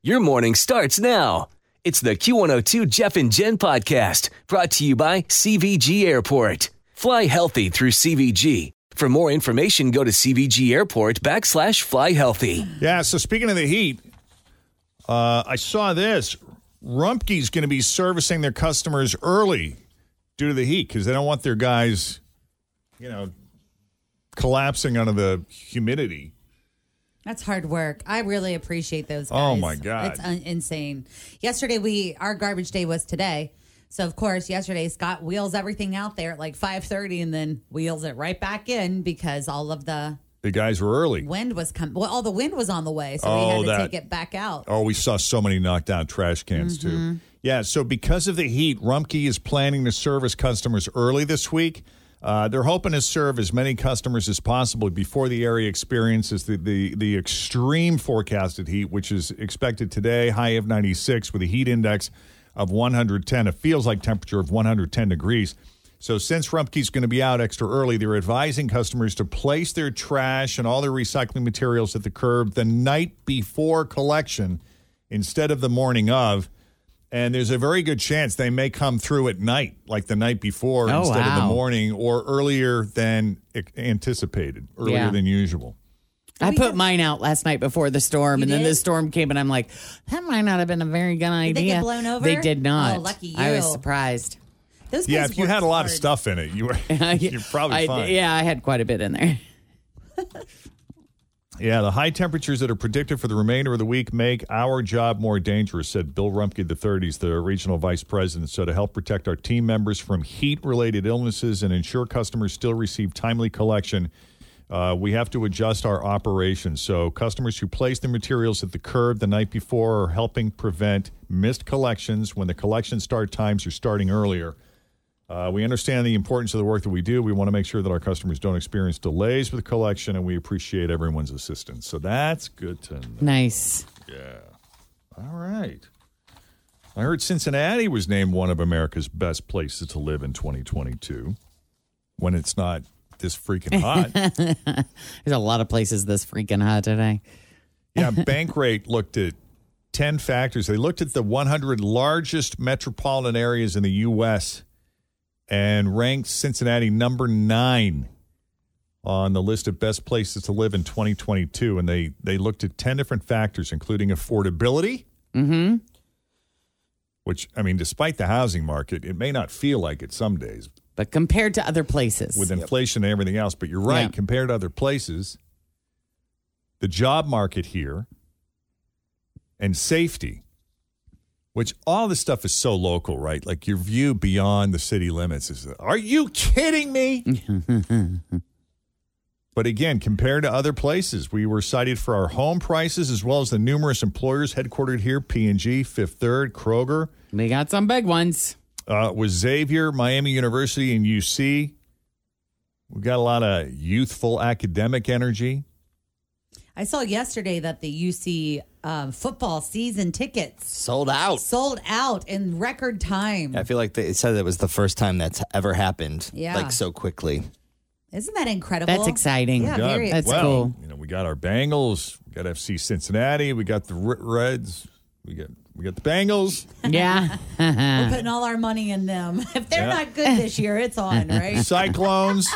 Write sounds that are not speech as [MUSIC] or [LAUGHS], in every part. Your morning starts now. It's the Q102 Jeff and Jen podcast brought to you by CVG Airport. Fly healthy through CVG. For more information, go to CVG Airport backslash fly healthy. Yeah, so speaking of the Heat, uh, I saw this. Rumpke's going to be servicing their customers early due to the heat because they don't want their guys, you know, collapsing under the humidity. That's hard work. I really appreciate those guys. Oh, my God. It's un- insane. Yesterday we our garbage day was today. So of course, yesterday Scott wheels everything out there at like 5:30 and then wheels it right back in because all of the The guys were early. wind was coming. Well, all the wind was on the way, so we Oh, had to that- take it back out. Oh, we saw so many knocked out trash cans too. Yeah, so because of the heat, Rumpke is planning to service customers early this week. Uh, they're hoping to serve as many customers as possible before the area experiences the, the, the extreme forecasted heat, which is expected today, high of 96 with a heat index of 110. It feels like temperature of 110 degrees. So since Rumpke's going to be out extra early, they're advising customers to place their trash and all their recycling materials at the curb the night before collection instead of the morning of. And there's a very good chance they may come through at night, like the night before Oh, instead of the wow. morning or earlier than e- anticipated, earlier Yeah. than usual. I put mine out last night before the storm, You and then did? the storm came, and I'm like, that might not have been a very good idea. Did they get blown over? They did not. Oh, lucky I was you. surprised. Those yeah, guys if you had worked a lot of hard. stuff in it, you [LAUGHS] were you're probably I- fine. Yeah, I had quite a bit in there. [LAUGHS] Yeah, the high temperatures that are predicted for the remainder of the week make our job more dangerous, said Bill Rumpke, the 30s, the regional vice president. So, to help protect our team members from heat related illnesses and ensure customers still receive timely collection, uh, we have to adjust our operations. So, customers who place their materials at the curb the night before are helping prevent missed collections when the collection start times are starting earlier. Uh, we understand the importance of the work that we do. We want to make sure that our customers don't experience delays with collection, and we appreciate everyone's assistance. So that's good to know. Nice. [LAUGHS] All right. I heard Cincinnati was named one of America's best places to live in 2022 when it's not this freaking hot. There's a lot of places this freaking hot today. yeah, Bankrate looked at 10 factors. They looked at the 100 largest metropolitan areas in the U.S. and ranked Cincinnati number nine on the list of best places to live in 2022. And they, they looked at 10 different factors, including affordability. Mm-hmm. Which, I mean, despite the housing market, it may not feel like it some days But compared to other places, with [LAUGHS] inflation and everything else. But you're right, Yeah. compared to other places, the job market here and safety, which all this stuff is so local, right? Like your view beyond the city limits is, are you kidding Mm-hmm. me? but again, compared to other places, we were cited for our home prices as well as the numerous employers headquartered here, P&G, Fifth Third, Kroger, [LAUGHS] we got some big ones. uh, was Xavier, Miami University, and UC. We've got a lot of youthful academic energy. I saw yesterday that the UC um, football season tickets sold out. sold out in record time. I feel like they, it said it was the first time that's ever happened. Yeah. Like so quickly. Isn't that incredible? That's exciting. Yeah, God, very That's well, cool. You know, we got our Bengals, we got FC Cincinnati, we got the R- Reds, we got we got the Bengals. [LAUGHS] Yeah. [LAUGHS] We're putting all our money in them. [LAUGHS] If they're Yeah. not good this year, it's on, right? Cyclones.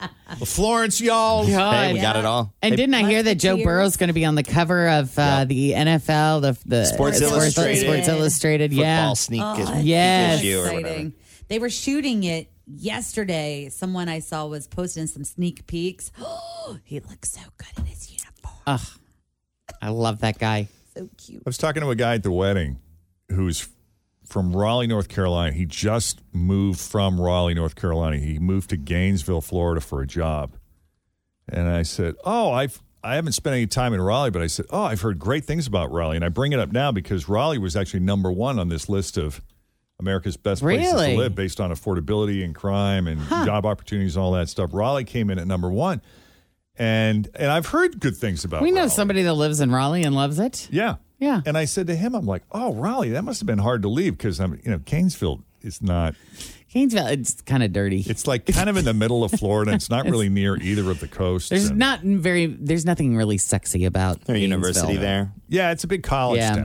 Well, Florence, y'all. Hey, Oh, God. we got it all. And didn't I hear that Joe Musketeers. Burrow's going to be on the cover of uh, the NFL, the, the Sports Illustrated. Sports Illustrated, Football yeah. sneak Oh, is it's Yes. issue or whatever. exciting. They were shooting it yesterday. Someone I saw was posting some sneak peeks. [GASPS] he looks so good in his uniform. I love that guy. So cute. I was talking to a guy at the wedding who's from Raleigh, North Carolina. He just moved from Raleigh, North Carolina. He moved to Gainesville, Florida for a job. And I said, "Oh, I've I haven't spent any time in Raleigh, but I said, "Oh, I've heard great things about Raleigh." And I bring it up now because Raleigh was actually number 1 on this list of America's best places Really? to live based on affordability and crime and job opportunities and all that stuff. Raleigh came in at number 1. And and I've heard good things about We know Raleigh. somebody that lives in Raleigh and loves it. Yeah. Yeah. And I said to him, I'm like, oh, Raleigh, that must have been hard to leave because I'm, you know, Gainesville is not, Gainesville, it's kind of dirty. it's like kind of in the middle of Florida. It's [LAUGHS] not really near either of the coasts. there's and- not very, there's nothing really sexy about Their university Gainesville. there. Yeah, it's a big college Yeah. town.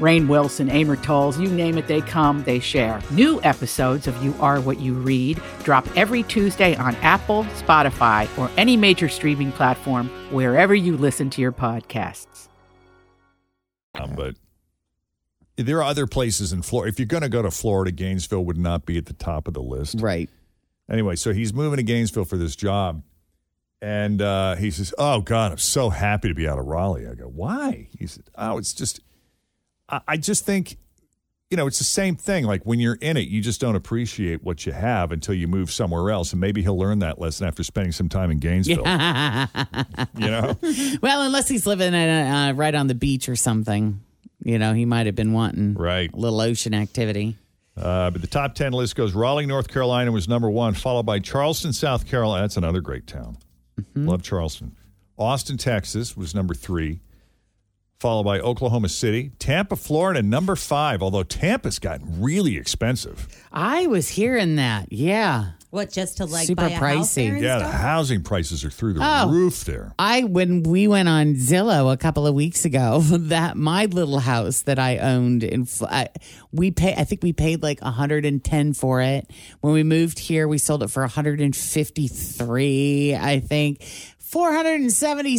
Rain Wilson, Amor Tolls, you name it, they come, they share. New episodes of You Are What You Read drop every Tuesday on Apple, Spotify, or any major streaming platform wherever you listen to your podcasts. Um, But there are other places in Florida. If you're going to go to Florida, Gainesville would not be at the top of the list. Right. Anyway, so he's moving to Gainesville for this job. And uh, he says, Oh, God, I'm so happy to be out of Raleigh. I go, Why? He said, Oh, it's just, I, I just think, you know, it's the same thing. Like when you're in it, you just don't appreciate what you have until you move somewhere else. And maybe he'll learn that lesson after spending some time in Gainesville. You know? [LAUGHS] Well, unless he's living at, uh, right on the beach or something. You know, he might have been wanting Right. a little ocean activity. Uh, but the top 10 list goes Raleigh, North Carolina was number one, followed by Charleston, South Carolina. That's another great town. Love Charleston. Austin, Texas was number three, followed by Oklahoma City. Tampa, Florida, number five, although Tampa's gotten really expensive. I was hearing that. Yeah. What just to like Super buy a house there pricey. and Yeah, the stuff? housing prices are through the Oh. roof there. I when we went on Zillow a couple of weeks ago, [LAUGHS] that my little house that I owned in Fl- I, we pay I think we paid like 110 for it. When we moved here, we sold it for 153, I think.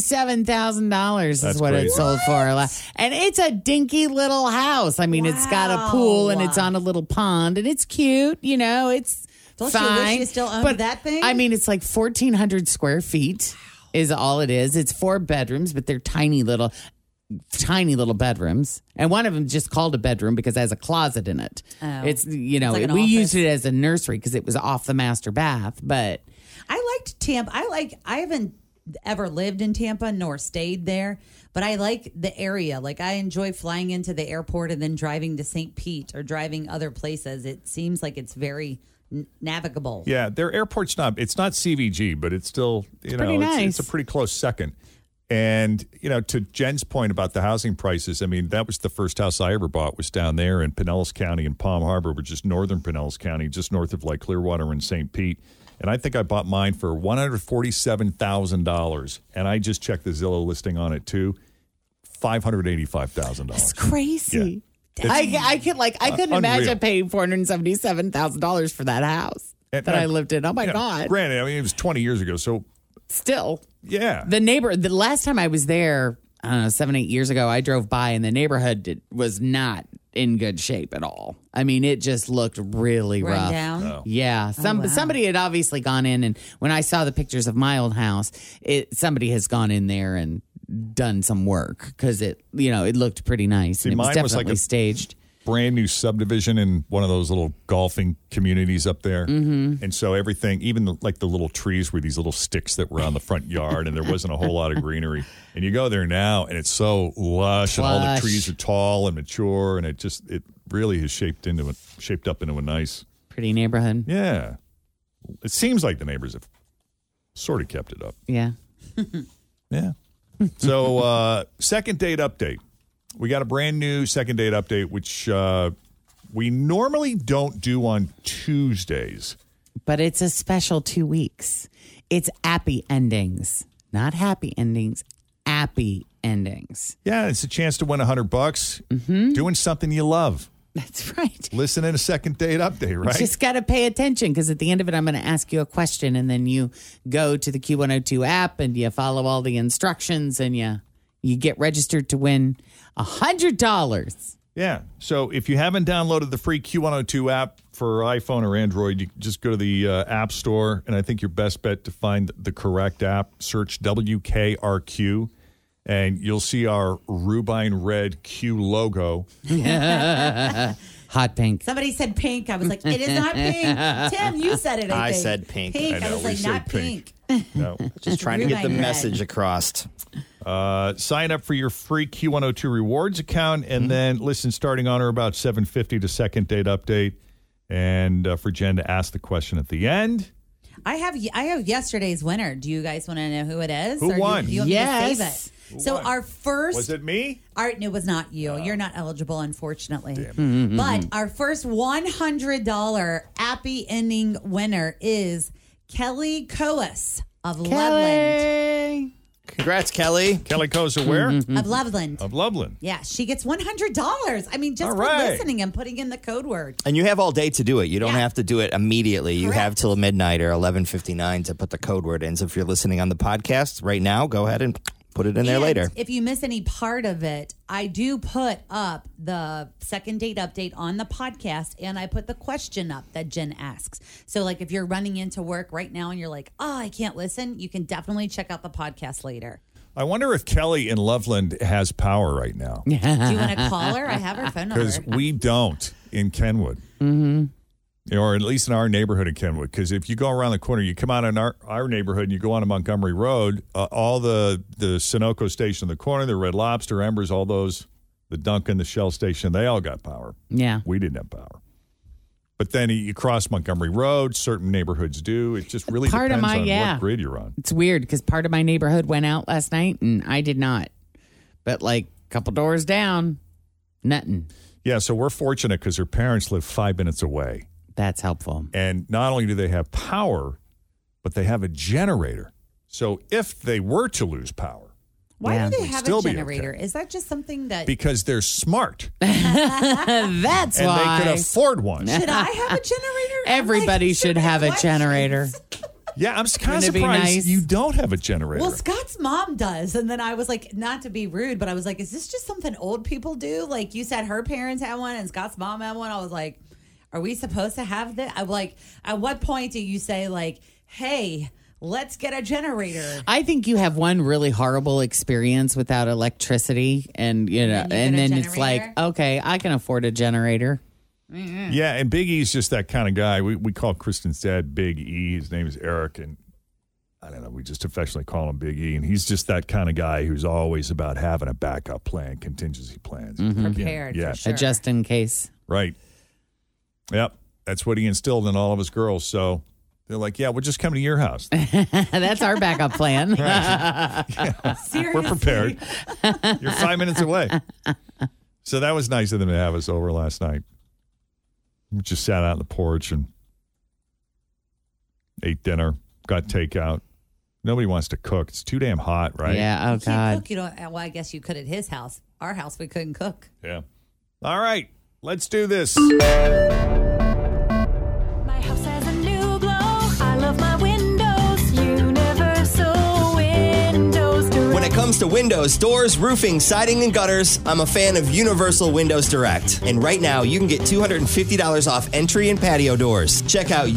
$477,000 is That's what it crazy. sold for. La- And it's a dinky little house. I mean, it's got a pool and it's on a little pond and it's cute, you know, it's Don't you wish fine. you still owned but that thing? I mean, mean, it's like 1,400 square feet is all it is. It's four bedrooms, but they're tiny little, tiny little bedrooms. And one of them just called a bedroom because it has a closet in it. Oh. It's, you know, It's like an we office. used it as a nursery because it was off the master bath, but I liked Tampa. I like. I haven't ever lived in Tampa nor stayed there, but I like the area. Like I enjoy flying into the airport and then driving to St. Pete or driving other places. It seems like it's very n- navigable. Yeah, their airport's not, it's not CVG, but it's still, you know, pretty it's- it's nice. a pretty close second. And, you know, to Jen's point about the housing prices, I mean, that was the first house I ever bought was down there in Pinellas County and Palm Harbor, which is northern Pinellas County, just north of like Clearwater and St. Pete. And I think I bought mine for $147,000. And I just checked the Zillow listing on it too. it's $585,000. crazy. I, I could like I couldn't uh, unreal. imagine paying four hundred seventy seven thousand dollars for that house And- that I lived in. Oh my you know, god! Granted, I mean, it was 20 years ago. So, Still, yeah. the neighbor the last time i was there i don't know seven eight years ago i drove by and the neighborhood did, was not in good shape at all i mean it just looked really Run rough down. Uh, Oh. Oh, yeah some somebody had obviously gone in and when i saw the pictures of my old house it somebody has gone in there and done some work because it you know it looked pretty nice See, and it was mine was definitely like a- staged brand new subdivision in one of those little golfing communities up there. Mm-hmm. And so everything, even the, like the little trees were these little sticks that were on the front yard and there wasn't a whole lot of greenery. And you go there now and it's so lush and all the Lush. trees are tall and mature and it just it really has shaped into a shaped up into a nice. pretty neighborhood Yeah. It seems like the neighbors have Sort of kept it up. Yeah. Yeah. so, uh, second date update. We got a brand new second date update, which uh, we normally don't do on Tuesdays. But it's a special two weeks. It's happy endings, not happy endings, happy endings. [LAUGHS] Yeah, it's a chance to win a hundred bucks doing something you love. That's right. Listen in a second date update, right? Just got to pay attention because at the end of it, I'm going to ask you a question, and then you go to the Q102 app and you follow all the instructions, and you you get registered to win a hundred dollars. Yeah. So if you haven't downloaded the free Q102 app for iPhone or Android, you can just go to the uh, App Store. And I think your best bet to find the correct app, search WKRQ, and you'll see our Rubine Red Q logo. Hot pink. Somebody said pink. I was like, it is not pink. [LAUGHS] Tim, you said it. I, I think. said pink. Pink. I I, know, was we like, said not pink. pink. No. Just trying to get the Rubine red. message across. Uh, sign up for your free Q102 rewards account, and then listen starting on or about 7.50 to second date update. And uh, for Jen to ask the question at the end. I have I have yesterday's winner. Do you guys want to know who it is? Who Or do you- won? Do you want me to save Yes. it? so won? our first Was it me? Art, it was not Oh. you. You're not eligible, unfortunately. Mm-hmm, But our first $100 happy ending winner is Kelly Coas of Loveland. Congrats, Kelly. Kelly Koza, where? Of Loveland. of Loveland. Yeah, she gets $100. I mean, just All for right. listening and putting in the code word. And you have all day to do it. You don't have to do it immediately. You have till midnight or 11:59 to put the code word in. So if you're listening on the podcast right now, go ahead and put it in there And later. If you miss any part of it, I do put up the second date update on the podcast and I put the question up that Jen asks. So, like, if you're running into work right now and you're like, oh, I can't listen, you can definitely check out the podcast later. I wonder if Kelly in Loveland has power right now Do you want to call her? I have [LAUGHS] her phone number. because we don't in Kenwood, mm-hmm. or at least in our neighborhood of Kenwood. Because if you go around the corner, you come out in our, our neighborhood and you go onto Montgomery Road, uh, all the the Sunoco station in the corner, the Red Lobster, Embers, all those, the Duncan, the Shell station, they all got power. Yeah. We didn't have power. But then you cross Montgomery Road. Certain neighborhoods do. It just really Part of depends my- on yeah. what grid you're on. It's weird because part of my neighborhood went out last night and I did not. But like a couple doors down, nothing. Yeah, so we're fortunate because her parents live five minutes away. That's helpful. And not only do they have power, but they have a generator. So if they were to lose power, Why Yeah. do they We'd have still a be okay. generator? Is that just something that. [LAUGHS] because they're smart [LAUGHS] That's and why they could afford [LAUGHS] one. should I have a generator? I'm everybody like, should have a what? generator. yeah, I'm kind of Wouldn't it be surprised nice? you don't have a generator. Well, Scott's mom does. And then I was like, not to be rude, but I was like, is this just something old people do? Like you said her parents had one and Scott's mom had one. I was like, are we supposed to have that? I'm like, at what point do you say, like, hey, let's get a generator? [LAUGHS] I think you have one really horrible experience without electricity, and you know, And then and you get then a it's like, generator? okay, I can afford a generator. yeah, and Big E's just that kind of guy. We, we call Kristen's dad Big E. His name is Eric. And I don't know, we just affectionately call him Big E. And he's just that kind of guy who's always about having a backup plan, contingency plans. Mm-hmm. Prepared. Yeah. For sure. A just in case. [LAUGHS] Right. Yep. That's what he instilled in all of his girls. So they're like, yeah, we'll just come to your house. That's our backup plan. [LAUGHS] [LAUGHS] We're prepared. You're five minutes away. So that was nice of them to have us over last night. We just sat out on the porch and ate dinner, got takeout. Nobody wants to cook. It's too damn hot, right? [LAUGHS] Yeah. Oh You can't God. cook. You don't, well, I guess you could at his house. Our house, we couldn't cook. Yeah. All right. Let's do this. My house has a new glow. I love my windows. Universal Windows Direct. When it comes to windows, doors, roofing, siding, and gutters, I'm a fan of Universal Windows Direct. And right now, you can get $250 off entry and patio doors. Check out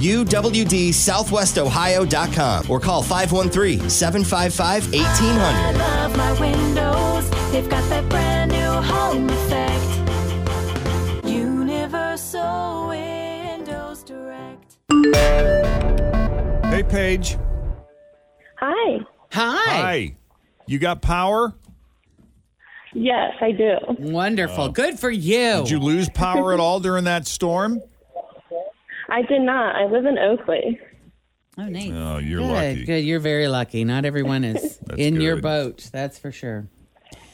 uwdsouthwestohio.com or call 513 755 I 1800. love my windows. They've got that brand new home effect. Universal Windows Direct. Hey, Paige. Hi. Hi. Hi. You got power? Yes, I do. Wonderful. Good for you. Uh, Did you lose power at all during that storm? I did not. I live in Oakley. Oh, nice. Oh, you're good, lucky. Good. You're very lucky. Not everyone is [LAUGHS] That's in your good. boat. That's for sure.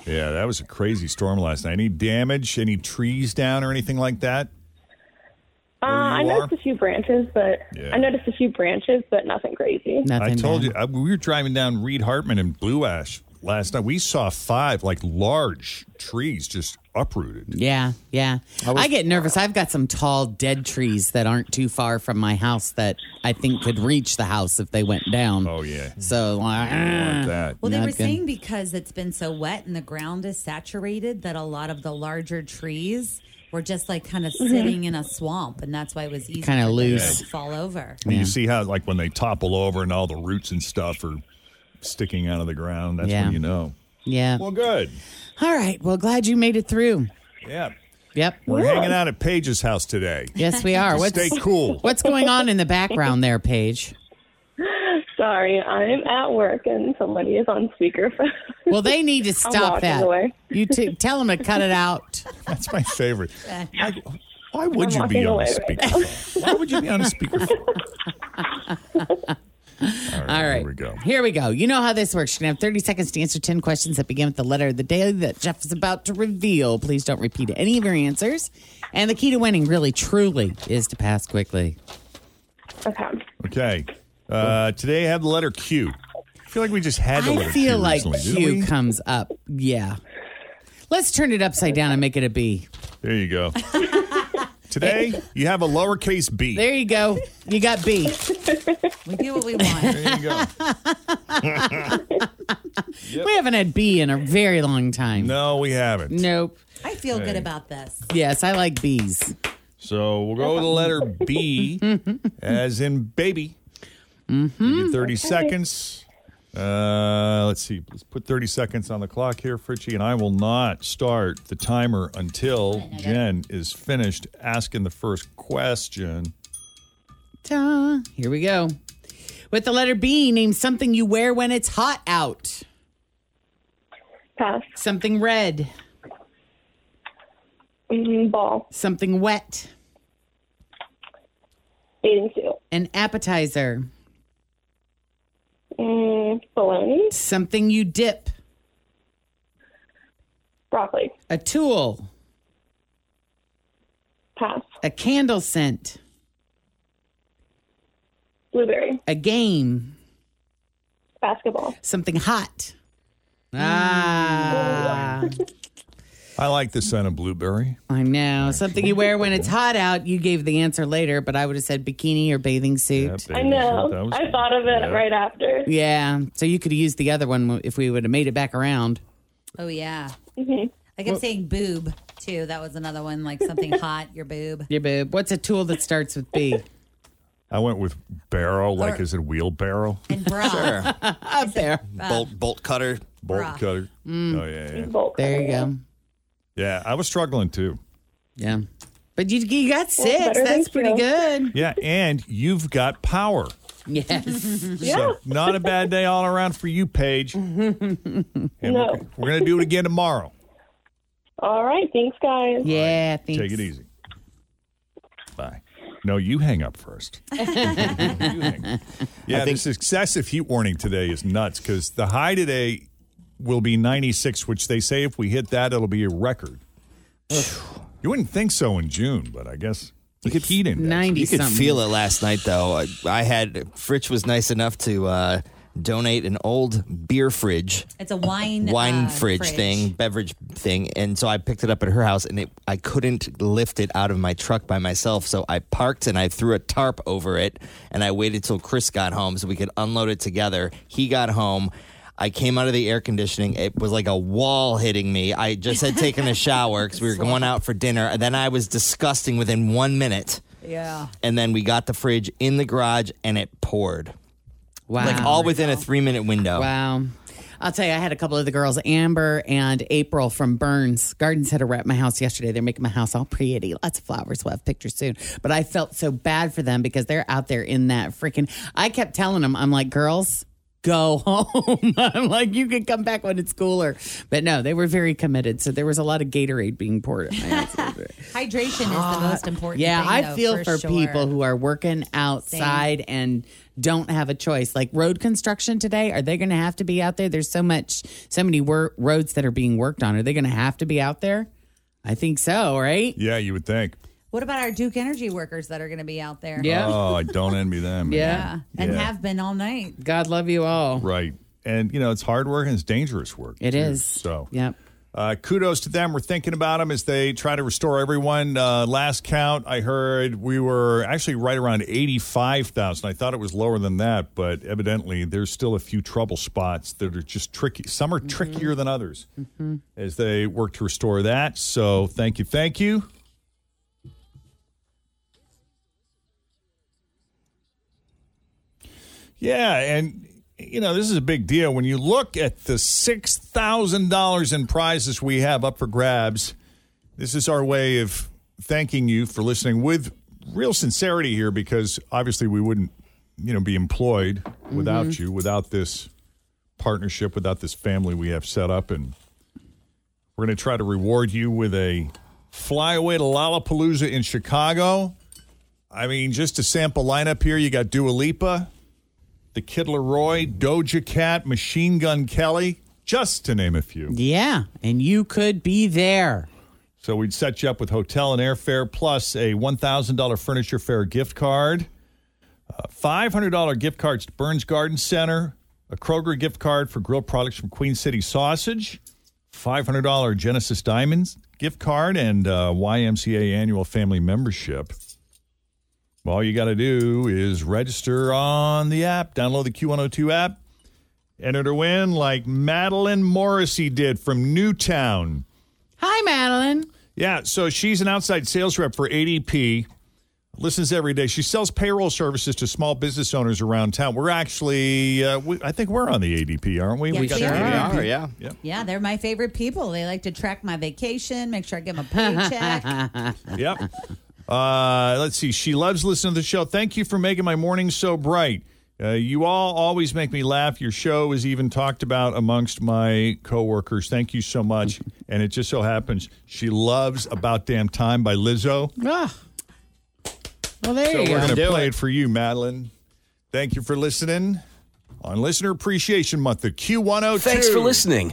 Yeah, that was a crazy storm last night. Any damage? Any trees down or anything like that? Uh, I you noticed a few branches, but I noticed a few branches, but nothing crazy. I told you I, we were driving down Reed Hartman and Blue Ash last night. We saw five like large trees just uprooted. Yeah, yeah. I, I was- get nervous. I've got some tall dead trees that aren't too far from my house that I think could reach the house if they went down. Oh yeah. So uh, like, want that. Well, they not were good. saying because it's been so wet and the ground is saturated that a lot of the larger trees were just like kind of Mhm. sitting in a swamp, and that's why it was easy Kinda for them loose. to fall over. And You see how like when they topple over and all the roots and stuff are sticking out of the ground. That's Yeah. when you know. Yeah. Well, good. All right. Well, glad you made it through. Yeah. Yep. We're hanging out at Paige's house today. Yes, we are. Just What's, Stay cool. What's going on in the background there, Paige? Sorry, I'm at work and somebody is on speakerphone. Well, they need to I'm stop walking that. away. You t- tell them to cut it out. That's my [LAUGHS] favorite. I- why would I'm you be on walking a away right now. speakerphone? why would you be on a speakerphone? [LAUGHS] All right, Here we go. Here we go. You know how this works. You're going to have 30 seconds to answer 10 questions that begin with the letter of the day that Jeff is about to reveal. Please don't repeat any of your answers. And the key to winning, really, truly, is to pass quickly. Okay. Uh, today I have the letter Q. I feel like we just had the I letter feel Q like recently, didn't we? Q comes up. Yeah. Let's turn it upside down and make it a B. There you [LAUGHS] go. Today you have a lowercase b. There you go. You got B. We do what we want. There you go. [LAUGHS] We haven't had B in a very long time. No, we haven't. Nope. I feel good Hey. about this. Yes, I like B's. So we'll go with the letter B, as in baby. Give you Thirty seconds. Uh, let's see. Let's put thirty seconds on the clock here, Fritchie, and I will not start the timer until Jen is finished asking the first question. Ta. Here we go. With the letter B, name something you wear when it's hot out. Pass. Something red. mm, ball. Something wet. Eating soup. An appetizer. Mm, bologna. Something you dip. Broccoli. A tool. Pass. A candle scent. Blueberry. A game. Basketball. Something hot. Ah. I like the scent of blueberry. I know. Something you wear when it's hot out. You gave the answer later, but I would have said bikini or bathing suit. I know. I thought of it right after. Yeah. So you could have used the other one if we would have made it back around. Oh yeah. Mm-hmm. I kept saying boob too. That was another one, like something hot, your boob. Yeah, babe. What's a tool that starts with B? I went with barrow, like is it wheelbarrow? And Uh, bra. Up there. [LAUGHS] bolt bolt cutter. Bolt Bra. cutter. Mm. Oh yeah, yeah. There you go. Yeah, I was struggling too. Yeah. But you, you got Well, six. better than That's pretty two. [LAUGHS] good. Yeah, and you've got power. Yes. So not a bad day all around for you, Paige. And No. we're, we're gonna do it again tomorrow. All right. Thanks, guys. Yeah, thanks. Take it easy. Bye. No, you hang up first. Yeah, this excessive heat warning today is nuts because the high today will be 96, which they say if we hit that, it'll be a record. you wouldn't think so in June, but I guess you could heat in. 90 You could something. feel it last night, though. I, I had Fritch was nice enough to uh, donate an old beer fridge, It's a wine wine uh, fridge, thing, beverage thing, and so I picked it up at her house, and it, I couldn't lift it out of my truck by myself, so I parked and I threw a tarp over it, and I waited till Chris got home so we could unload it together. He got home. I came out of the air conditioning. It was like a wall hitting me. I just had taken a shower because we were going out for dinner, and then I was disgusting within one minute Yeah. and then we got the fridge in the garage and it poured. Wow. Like all within a three minute window. Wow. I'll tell you, I had a couple of the girls, Amber and April from Burns Gardens, had a wrap my house yesterday. They're making my house all pretty, lots of flowers. We'll have pictures soon. But I felt so bad for them because they're out there in that freaking. I kept telling them, I'm like, girls, go home. [LAUGHS] I'm like, you can come back when it's cooler. But no, they were very committed. So there was a lot of Gatorade being poured at my house. Hydration is the most important. yeah, thing, I though, feel for, sure. people who are working outside and don't have a choice. Like road construction today, are they going to have to be out there? There's so much, so many wor- roads that are being worked on. Are they going to have to be out there? I think so, right? Yeah, you would think. What about our Duke Energy workers that are going to be out there? Oh, I don't envy them. Yeah. and Yeah. have been all night. God love you all. Right. And, you know, it's hard work and it's dangerous work. It It is. is. So, yep. Uh, kudos to them. We're thinking about them as they try to restore everyone. Uh, last count, I heard we were actually right around 85,000. I thought it was lower than that, but evidently there's still a few trouble spots that are just tricky. Some are trickier than others as they work to restore that. So, thank you. Thank you. Yeah, and you know this is a big deal when you look at the six thousand dollars in prizes we have up for grabs. This is our way of thanking you for listening with real sincerity here, because obviously we wouldn't, you know, be employed without you, without this partnership, without this family we have set up, and we're going to try to reward you with a flyaway to Lollapalooza in Chicago. I mean, just to sample lineup here, you got Dua Lipa, the Kid Leroy, Doja Cat, Machine Gun Kelly, just to name a few. Yeah. And you could be there. So we'd set you up with hotel and airfare plus a $1,000 furniture fair gift card, uh, $500 gift cards to Burns Garden Center, a Kroger gift card for grilled products from Queen City Sausage, $500 Genesis Diamonds gift card, and uh, YMCA annual family membership. All you got to do is register on the app, download the Q102 app, enter to win like Madeline Morrissey did from Newtown. Hi, Madeline. Yeah, so she's an outside sales rep for ADP. Listens every day. She sells payroll services to small business owners around town. We're actually, uh, we, I think we're on the ADP, aren't we? Yes, we the are. ADP. Are, yeah. Yep. Yeah, they're my favorite people. They like to track my vacation, make sure I get my paycheck. yep. Uh, let's see. She loves listening to the show. Thank you for making my morning so bright. Uh, you all always make me laugh. Your show is even talked about amongst my coworkers. Thank you so much. and it just so happens she loves About Damn Time by Lizzo. Ah. Well, there So you we're go. going to Do play it for you, Madeline. Thank you for listening on Listener Appreciation Month, the Q102. Thanks for listening